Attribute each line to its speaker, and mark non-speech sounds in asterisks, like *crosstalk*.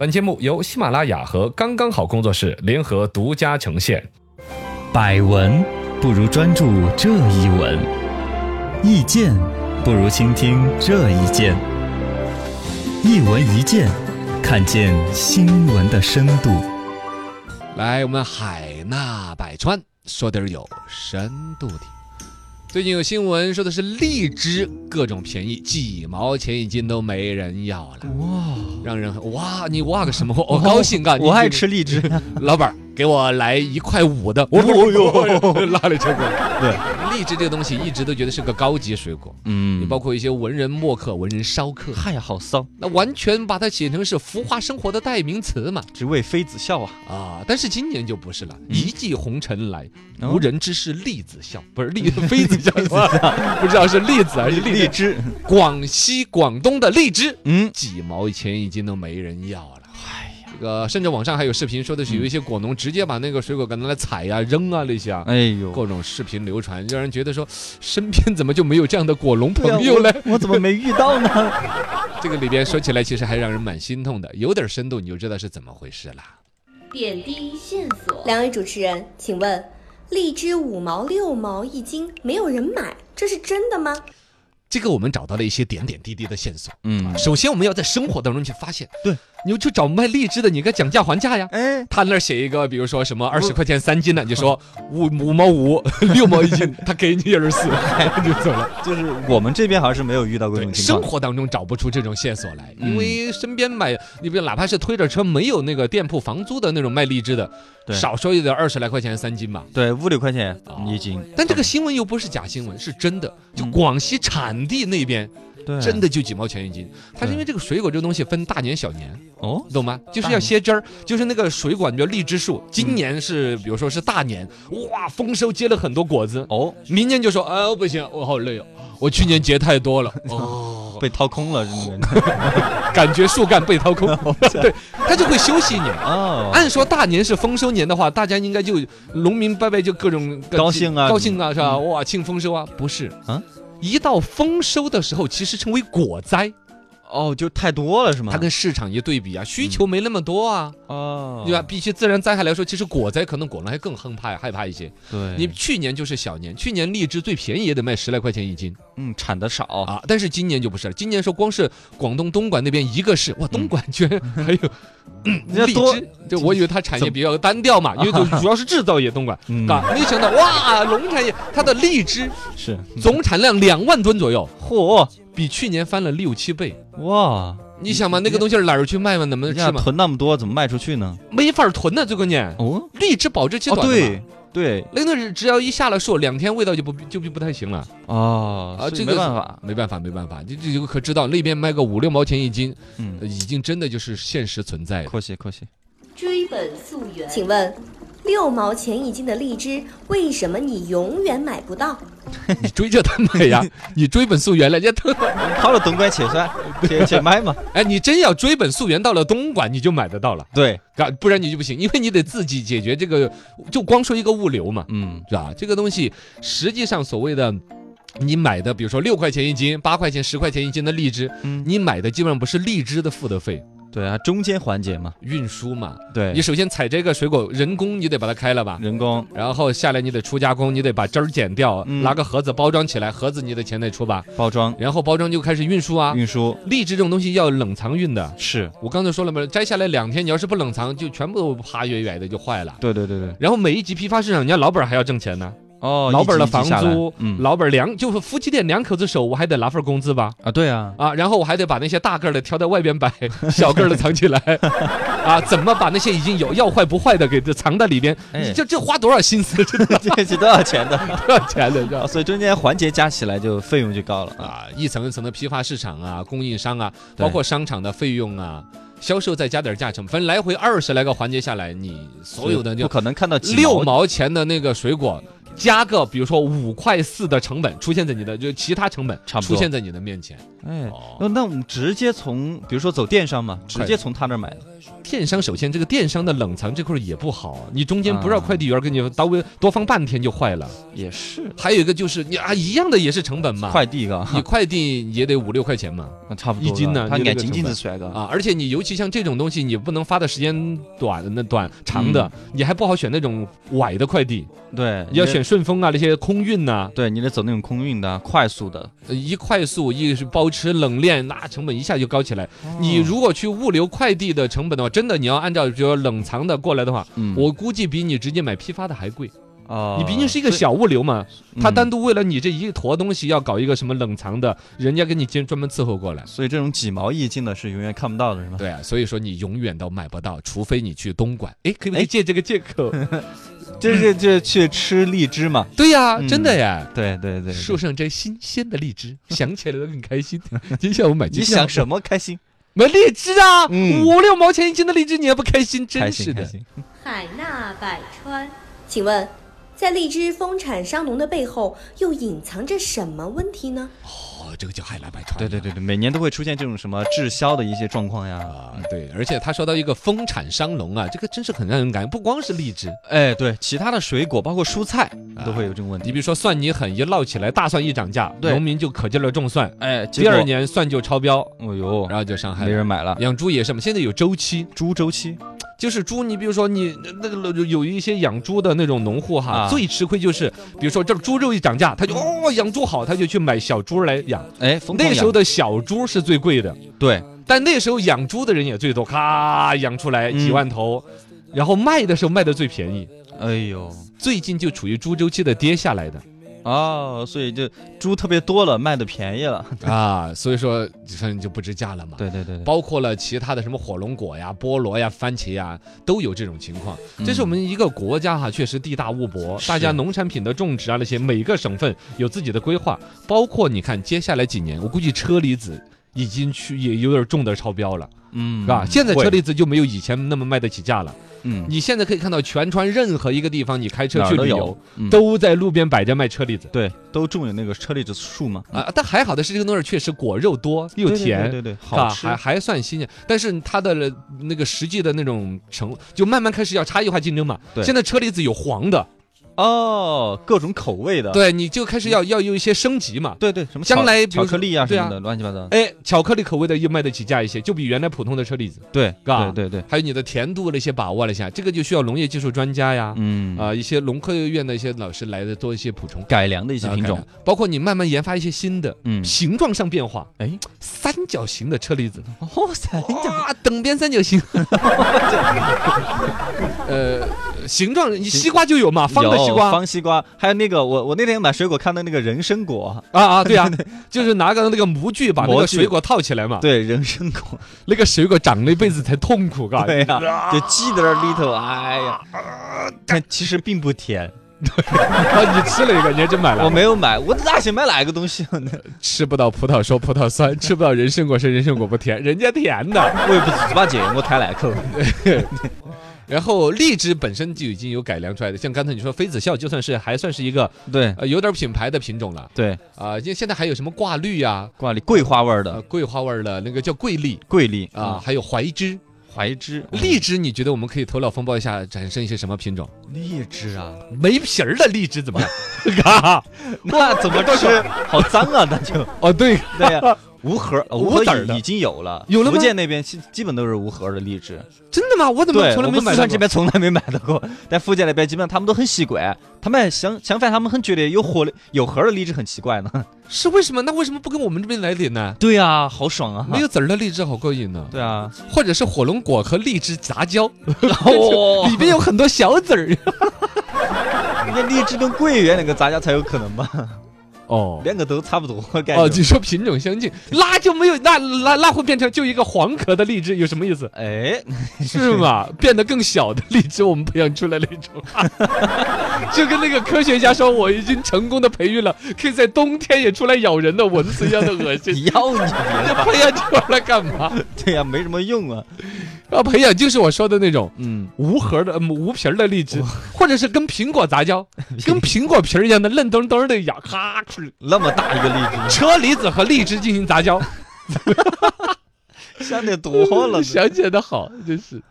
Speaker 1: 本节目由喜马拉雅和刚刚好工作室联合独家呈现。
Speaker 2: 百闻不如专注这一闻，意见不如倾听这一见。一闻一见，看见新闻的深度。
Speaker 3: 来，我们海纳百川，说点儿有深度的。最近有新闻说的是荔枝各种便宜，几毛钱一斤都没人要了，
Speaker 2: 哇，
Speaker 3: 让人很哇，你哇个什 *laughs* 么？我高兴啊！你
Speaker 2: 我爱吃，荔枝。
Speaker 3: 老板儿给我来一块五的。哦哟， *laughs* 拉了这个。对，荔枝这个东西一直都觉得是个高级水果，
Speaker 2: *laughs* 嗯
Speaker 3: 你包括一些文人墨客、文人骚客，
Speaker 2: 嗨，好骚，
Speaker 3: 那完全把它写成是浮华生活的代名词嘛。
Speaker 2: 只为妃子笑啊！
Speaker 3: 啊，嗯但是今年就不是了，一骑红尘来，
Speaker 2: 哦
Speaker 3: 无人知是栗子笑，不是栗 *laughs* 妃子笑，不知道是栗子还是荔
Speaker 2: 荔
Speaker 3: 枝。
Speaker 2: 枝，
Speaker 3: 广西、广东的荔枝，
Speaker 2: 嗯，
Speaker 3: 几毛钱一斤都没人要了。哎呀，这个甚至网上还有视频说的是有一些果农直接把那个水果给拿来踩呀、扔啊那些啊。
Speaker 2: 哎呦，
Speaker 3: 各种视频流传，让人觉得说， *laughs* 身边怎么就没有这样的果农
Speaker 2: 对啊
Speaker 3: 朋友呢？
Speaker 2: 我怎么没遇到呢？
Speaker 3: 这个里边说起来，其实还让人蛮心痛的。有点深度，你就知道是怎么回事了。
Speaker 4: 点滴线索。
Speaker 5: 两位主持人，请问，荔枝五毛六毛一斤，没有人买，这是真的吗？
Speaker 3: 这个我们找到了一些点点滴滴的线索。
Speaker 2: *laughs* 嗯，
Speaker 3: 首先，我们要在生活当中去发现。
Speaker 2: 对，
Speaker 3: 你就去找卖荔枝的，你该讲价还价呀。
Speaker 2: 哎，
Speaker 3: 他那儿写一个，比如说什么二十块钱三斤的，你说五五毛五， *laughs* 六毛一斤，他给你二十四， *laughs* 就走了。
Speaker 2: 就是我们这边好像是没有遇到过这
Speaker 3: 对，
Speaker 2: 种情
Speaker 3: 生
Speaker 2: 况。
Speaker 3: 活当中找不出这种线索来，
Speaker 2: 嗯
Speaker 3: 因为身边买，你比如哪怕是推着车，没有那个店铺房租的那种卖荔枝的，
Speaker 2: 对
Speaker 3: 少说也得二十来块钱三斤吧。哦
Speaker 2: 对，五六块钱一斤，
Speaker 3: 但这个新闻又不是假新闻，是真的。就
Speaker 2: 嗯
Speaker 3: 广西产地那边，
Speaker 2: 对，
Speaker 3: 真的就几毛钱一斤。它是因为这个水果这个东西分大年小年，
Speaker 2: 嗯哦，
Speaker 3: 懂吗？就是
Speaker 2: 大
Speaker 3: 要
Speaker 2: 年嗯
Speaker 3: 歇汁儿，就是那个水果，你比如荔枝树，今年是比如说是大年，哇，丰收结了很多果子，
Speaker 2: 哦，
Speaker 3: 明年就说，哎、不行，我好累哦，我去年结太多了，哦，
Speaker 2: 被掏空了，
Speaker 3: *laughs*
Speaker 2: 真的
Speaker 3: 感觉树干被掏
Speaker 2: *laughs*
Speaker 3: 空， *laughs* 对，他就会休息一年。
Speaker 2: 哦，
Speaker 3: 按说大年是丰收年的话，大家应该就农民伯伯就各种
Speaker 2: 高兴啊
Speaker 3: 高兴啊，是吧？哇，庆丰收啊，不是
Speaker 2: 啊
Speaker 3: 啊。一到丰收的时候，其实称为果灾，
Speaker 2: 哦，就太多了是吗？
Speaker 3: 它跟市场一对比啊，需求没那么多啊，
Speaker 2: 哦，
Speaker 3: 对吧？？比起自然灾害来说，其实果灾可能果农还更害怕害怕一些。
Speaker 2: 对，
Speaker 3: 你去年就是小年，去年荔枝最便宜也得卖十来块钱一斤
Speaker 2: 嗯产的少啊，
Speaker 3: 啊，但是今年就不是了。今年说光是广东东莞那边一个市，哇，东莞居然还有嗯
Speaker 2: 人家
Speaker 3: 荔
Speaker 2: 多
Speaker 3: 枝，就我以为它产业比较单调嘛，因 *laughs* 为主要是制造业东莞，
Speaker 2: 嗯
Speaker 3: 啊，没想到哇，农产业它的荔枝
Speaker 2: 是嗯
Speaker 3: 总产量两万吨左右，
Speaker 2: 嚯
Speaker 3: 比去年翻了六七倍。
Speaker 2: 哇，
Speaker 3: 你想嘛，那个东西哪儿去卖嘛？能不能
Speaker 2: 人
Speaker 3: 吃
Speaker 2: 家
Speaker 3: 嘛？
Speaker 2: 囤那么多，怎么卖出去呢？
Speaker 3: 没法囤呢，最关键。
Speaker 2: 哦，
Speaker 3: 荔枝保质期
Speaker 2: 哦
Speaker 3: 短的嘛
Speaker 2: 对对
Speaker 3: 那个东西只要一下了树，两天味道就不就就不太行了
Speaker 2: 哦
Speaker 3: 啊！
Speaker 2: 所
Speaker 3: 这
Speaker 2: 以
Speaker 3: 个
Speaker 2: 没办法，，
Speaker 3: 没办法，没办法。这这个可知道，那边卖个五六毛钱一斤，呃
Speaker 2: 嗯，
Speaker 3: 已经真的就是现实存在的。
Speaker 2: 阔气阔气，
Speaker 4: 追本溯源，
Speaker 5: 请问，六毛钱一斤的荔枝，为什么你永远买不到？
Speaker 3: 你追着他买 *laughs* 呀，你追本溯源了，人家都
Speaker 2: 好了，东莞
Speaker 3: *laughs*
Speaker 2: 且算且且卖嘛，
Speaker 3: 哎，你真要追本溯源到了东莞，你就买得到了，
Speaker 2: 对，
Speaker 3: 啊不然你就不行，因为你得自己解决这个，就光说一个物流嘛，
Speaker 2: 嗯
Speaker 3: 是吧？这个东西实际上所谓的。你买的，比如说六块钱一斤、八块钱、十块钱一斤的荔枝，
Speaker 2: 嗯，
Speaker 3: 你买的基本上不是荔枝的付的费，
Speaker 2: 对啊，中间环节嘛，
Speaker 3: 运输嘛，
Speaker 2: 对
Speaker 3: 你，首先采这个水果，人工你得把它开了吧，
Speaker 2: 人工
Speaker 3: 然后下来你得出加工，你得把汁儿剪掉，
Speaker 2: 嗯
Speaker 3: 拿个盒子包装起来，盒子你的钱得出吧，
Speaker 2: 包装
Speaker 3: 然后包装就开始运输啊。
Speaker 2: 运输
Speaker 3: 荔枝这种东西要冷藏运的，
Speaker 2: 是，
Speaker 3: 我刚才说了嘛，摘下来两天，你要是不冷藏，就全部都啪远远的就坏了。
Speaker 2: 对对对对，
Speaker 3: 然后每一级批发市场，人家老板还要挣钱呢，
Speaker 2: 哦，
Speaker 3: 老
Speaker 2: 一
Speaker 3: 板
Speaker 2: 级
Speaker 3: 的
Speaker 2: 一级
Speaker 3: 房
Speaker 2: 下来
Speaker 3: 租，
Speaker 2: 嗯
Speaker 3: 老板两就是夫妻店两口子手，我还得拿份工资吧。
Speaker 2: 啊，对
Speaker 6: *laughs*
Speaker 2: 啊，
Speaker 3: 啊，然后我还得把那些大个儿的挑在外边摆，小个儿的藏
Speaker 2: *laughs*
Speaker 3: 起来，啊，怎么把那些已经有要坏不坏的给这藏在里边？
Speaker 2: 哎
Speaker 3: 你这这花多少心思，这多
Speaker 2: 这是多少钱
Speaker 6: *laughs*
Speaker 2: 的？
Speaker 3: 少钱的，你知道
Speaker 2: *laughs* 啊
Speaker 3: 吗？
Speaker 2: 所以中间环节加起来就费用就高了啊，
Speaker 3: 啊，一层一层的批发市场啊，供应商啊，
Speaker 2: 对
Speaker 3: 包括商场的费用啊，销售再加点价成本，来回二十来个环节下来，你所有的
Speaker 2: 不
Speaker 3: 就
Speaker 2: 可能看到几
Speaker 3: 六毛钱的那个水果，加个比如说五块四的成本出现在你的，就其他成本
Speaker 2: 差不多
Speaker 3: 出现在你的面前。
Speaker 2: 哎，
Speaker 3: 哦
Speaker 2: 那那我们直接从，比如说走电商嘛，直接从他那儿买的，
Speaker 3: 电商首先这个电商的冷藏这块儿也不好，你中间不让快递员给你稍微多放半天就坏了。
Speaker 6: 也是
Speaker 3: 还有一个就是你啊，一样的也是成本嘛，
Speaker 6: 快递个，
Speaker 3: 你快递也得五六块钱嘛。
Speaker 6: 那差不多
Speaker 3: 一斤呢
Speaker 6: 他
Speaker 3: 你这
Speaker 6: 眼
Speaker 3: 个
Speaker 6: 睛
Speaker 3: 成
Speaker 6: 镜
Speaker 3: 本
Speaker 6: 子出来个
Speaker 3: 啊，而且你尤其像这种东西，你不能发的时间短的、那短长的，你还不好选那种崴的快递，
Speaker 6: 对，
Speaker 3: 你要
Speaker 6: 得
Speaker 3: 选，顺丰啊，那些空运呐、
Speaker 6: 对你得走那种空运的、快速的。
Speaker 3: 呃一快速，一是包吃冷链，那成本一下就高起来。
Speaker 6: 哦
Speaker 3: 你如果去物流快递的成本的话，真的你要按照就冷藏的过来的话，
Speaker 6: 嗯
Speaker 3: 我估计比你直接买批发的还贵。
Speaker 6: 啊，
Speaker 3: 你毕竟是一个
Speaker 6: 所以，
Speaker 3: 小物流嘛，他
Speaker 6: 嗯
Speaker 3: 单独为了你这一坨东西要搞一个什么冷藏的，人家给你专专门伺候过来。
Speaker 6: 所以这种几毛一斤的是永远看不到的，是吧？
Speaker 3: 对啊，所以说你永远都买不到，除非你去东莞。哎，可不可
Speaker 6: 哎
Speaker 3: 以借这个借
Speaker 6: *laughs*
Speaker 3: 口？
Speaker 6: 这是这去吃荔枝嘛？
Speaker 3: 对呀、
Speaker 6: 嗯
Speaker 3: 真的呀。
Speaker 6: 对对对，
Speaker 3: 树上摘新鲜的荔枝，想起来都很开心。 *laughs* 今天下午买，
Speaker 6: 你想什么开心？
Speaker 3: 买荔枝啊？
Speaker 6: 嗯
Speaker 3: 五六毛钱一斤的荔枝，你还不开心？真
Speaker 6: 开
Speaker 3: 是
Speaker 6: 心开
Speaker 3: 的。
Speaker 6: 心。
Speaker 4: 海纳百川，
Speaker 5: 请问，在荔枝丰产伤农的背后，又隐藏着什么问题呢？
Speaker 3: 哦，这个叫海纳百川。
Speaker 6: 对对对对，每年都会出现这种什么滞销的一些状况呀。
Speaker 3: 啊，对，而且他说到一个丰产伤农啊，这个真是很让人感，不光是荔枝，
Speaker 6: 哎，对，其他的水果包括蔬菜都会有这种问
Speaker 3: 你
Speaker 6: 题。
Speaker 3: 比如说蒜泥很一涝起来，大蒜一涨价，
Speaker 6: 对
Speaker 3: 农民就可劲儿的种蒜，
Speaker 6: 哎，结
Speaker 3: 第
Speaker 6: 果
Speaker 3: 二，年蒜就超标，
Speaker 6: 哦呦
Speaker 3: 然，后就伤害
Speaker 6: 没
Speaker 3: 了。
Speaker 6: 人买了。
Speaker 3: 养猪也是嘛，现在有周期，
Speaker 6: 猪周期
Speaker 3: 就是猪，你比如说你那个有一些养猪的那种农户哈，
Speaker 6: 啊
Speaker 3: 最吃亏就是，比如说这猪肉一涨价，他就哦养猪好，他就去买小猪来养，
Speaker 6: 哎，疯狂
Speaker 3: 那时候
Speaker 6: 养
Speaker 3: 的小猪是最贵的，
Speaker 6: 对，
Speaker 3: 但那时候养猪的人也最多，咔养出来几万头，然后卖的时候卖的最便宜。
Speaker 6: 哎呦
Speaker 3: 最近就处于猪周期的跌下来的
Speaker 6: 哦，所以就猪特别多了，卖的便宜了。
Speaker 3: *laughs* 啊，所以说反正就不知价了嘛。
Speaker 6: *laughs* 对对对对，
Speaker 3: 包括了其他的什么火龙果呀、菠萝呀、番茄呀，都有这种情况。
Speaker 6: 嗯
Speaker 3: 这是我们一个国家哈、确实地大物博，
Speaker 6: 是
Speaker 3: 大家农产品的种植啊那些，每个省份有自己的规划。包括你看，接下来几年，我估计车厘子已经去也有点重的超标了，
Speaker 6: 嗯
Speaker 3: 是吧？现在
Speaker 6: 会
Speaker 3: 车厘子就没有以前那么卖得起价了。
Speaker 6: 嗯，
Speaker 3: 你现在可以看到全川任何一个地方，你开车
Speaker 6: 哪儿
Speaker 3: 去
Speaker 6: 都
Speaker 3: 旅
Speaker 6: 有
Speaker 3: 游
Speaker 6: 嗯，
Speaker 3: 都在路边摆着卖车厘子。
Speaker 6: 对，都种有那个车厘子树嘛，
Speaker 3: 啊，但还好的是这个东西确实果肉多又
Speaker 6: 嗯对对
Speaker 3: 甜，
Speaker 6: 对对对，
Speaker 3: 是吧
Speaker 6: 好吃
Speaker 3: 还。还算新鲜，但是它的那个实际的那种成，就慢慢开始要差异化竞争嘛。
Speaker 6: 对
Speaker 3: 现在车厘子有黄的，
Speaker 6: 哦，各种口味的，嗯
Speaker 3: 对，你就开始要要有一些升级嘛。
Speaker 6: 对对，什么
Speaker 3: 将
Speaker 6: 巧
Speaker 3: 来比如
Speaker 6: 巧
Speaker 3: 说
Speaker 6: 克力啊什
Speaker 3: 对
Speaker 6: 么
Speaker 3: 啊
Speaker 6: 的，乱七八糟。
Speaker 3: 哎，巧克力口味的又卖得起价一些，就比原来普通的车厘子，
Speaker 6: 对，
Speaker 3: 吧
Speaker 6: 对对对，
Speaker 3: 还有你的甜度的一些把握了一下，这个就需要农业技术专家呀，
Speaker 6: 嗯
Speaker 3: 啊、一些农科院的一些老师来的做一些补充。
Speaker 6: 改良的一些品
Speaker 3: 啊
Speaker 6: 种，，
Speaker 3: 包括你慢慢研发一些新的，
Speaker 6: 嗯
Speaker 3: 形状上变化，
Speaker 6: 哎，
Speaker 3: 三角形的车厘子，
Speaker 6: 哦，三角，
Speaker 3: 哇，等边三角
Speaker 6: *laughs*
Speaker 3: 形。呃，形状你西瓜就有嘛，方的西
Speaker 6: 有
Speaker 3: 瓜
Speaker 6: 方西瓜，还有那个我我那天买水果看到那个人参果，
Speaker 3: 啊啊，对啊，就是拿个那个模具把那
Speaker 6: 模
Speaker 3: 个
Speaker 6: 具
Speaker 3: 水果套起来嘛，
Speaker 6: 对，人参果， *laughs*
Speaker 3: 那个水果长了一辈子才痛苦，嘎。
Speaker 6: 对哎呀、就记在那里头，哎呀，但其实并不甜，
Speaker 3: 啊，你吃了一个，你还真买了。
Speaker 6: 我没有买，我哪想买哪个东西呢？ *laughs*
Speaker 3: 吃不到葡萄说葡萄酸， *laughs* 吃不到人参果说人参果不甜，人家甜的。
Speaker 6: 我也不是猪八戒，我开哪口？
Speaker 3: 然后荔枝本身就已经有改良出来的，像刚才你说妃子笑，就算是还算是一个
Speaker 6: 对
Speaker 3: 呃有点品牌的品种了
Speaker 6: 对，
Speaker 3: 啊，因为现在还有什么挂绿呀、
Speaker 6: 挂里桂花味儿
Speaker 3: 呃
Speaker 6: 的
Speaker 3: 桂花味儿的那个叫桂栗
Speaker 6: 桂栗
Speaker 3: 啊，，还有槐枝。
Speaker 6: 槐枝、
Speaker 3: 荔枝，你觉得我们可以头脑风暴一下，产生一些什么品种？
Speaker 6: 荔枝 *laughs* 啊，
Speaker 3: 没皮儿的荔枝怎么样？嘎，
Speaker 6: 那怎么 *laughs* 吃？好脏啊，那就。
Speaker 3: *laughs* 哦对，
Speaker 6: *laughs*
Speaker 3: *laughs*
Speaker 6: 对呀、无核呃
Speaker 3: 无
Speaker 6: 无核
Speaker 3: 籽儿的
Speaker 6: 已已经有了，
Speaker 3: 有了吗
Speaker 6: 福建那边基基本都是无核的荔枝。
Speaker 3: 真的吗？我怎么
Speaker 6: 对，
Speaker 3: 从来
Speaker 6: 我
Speaker 3: 没
Speaker 6: 们
Speaker 3: 买
Speaker 6: 四
Speaker 3: 到
Speaker 6: 川这
Speaker 3: 过？
Speaker 6: 边从来没买到过，但福建那边基本上他们都很习惯，他们相相反，他们很觉得有核的有核的荔枝很奇怪呢。 *laughs*
Speaker 3: 是为什么？那为什么不跟我们这边来点呢？
Speaker 6: 对啊，好爽啊！
Speaker 3: 没有籽儿的荔枝好过瘾呢，
Speaker 6: 对 *laughs* 啊，
Speaker 3: 或者是火龙果和荔枝杂交，
Speaker 6: 哦
Speaker 3: 里边有很多小籽儿。 *laughs*
Speaker 6: 人家荔枝跟桂圆两个杂交才有可能吧？
Speaker 3: 哦
Speaker 6: 两个都差不多感
Speaker 3: 哦，
Speaker 6: 觉。？
Speaker 3: 你说品种相近，那就没有那那那会变成就一个黄壳的荔枝，有什么意思
Speaker 6: 哎，
Speaker 3: 是 *laughs* 吗？变得更小的荔枝，我们培养出来那种， *laughs* 就跟那个科学家说我已经成功的培育了可以在冬天也出来咬人的蚊子 *laughs* 一样的恶心。
Speaker 6: 要你别吧？
Speaker 3: 培养出来干 *laughs* 嘛？
Speaker 6: 对呀、没什么用啊。
Speaker 3: 啊，培养就是我说的那种
Speaker 6: 嗯，
Speaker 3: 无核的、嗯无皮儿的荔枝，或者是跟苹果杂 *laughs* 交，跟苹果皮儿一样的嫩墩墩儿的咬，咔吃。
Speaker 6: 那么大一个荔枝，
Speaker 3: *laughs* 车厘子和荔枝进行杂交，
Speaker 6: 想得多
Speaker 3: *laughs*
Speaker 6: 了，
Speaker 3: 想起来的好，真是。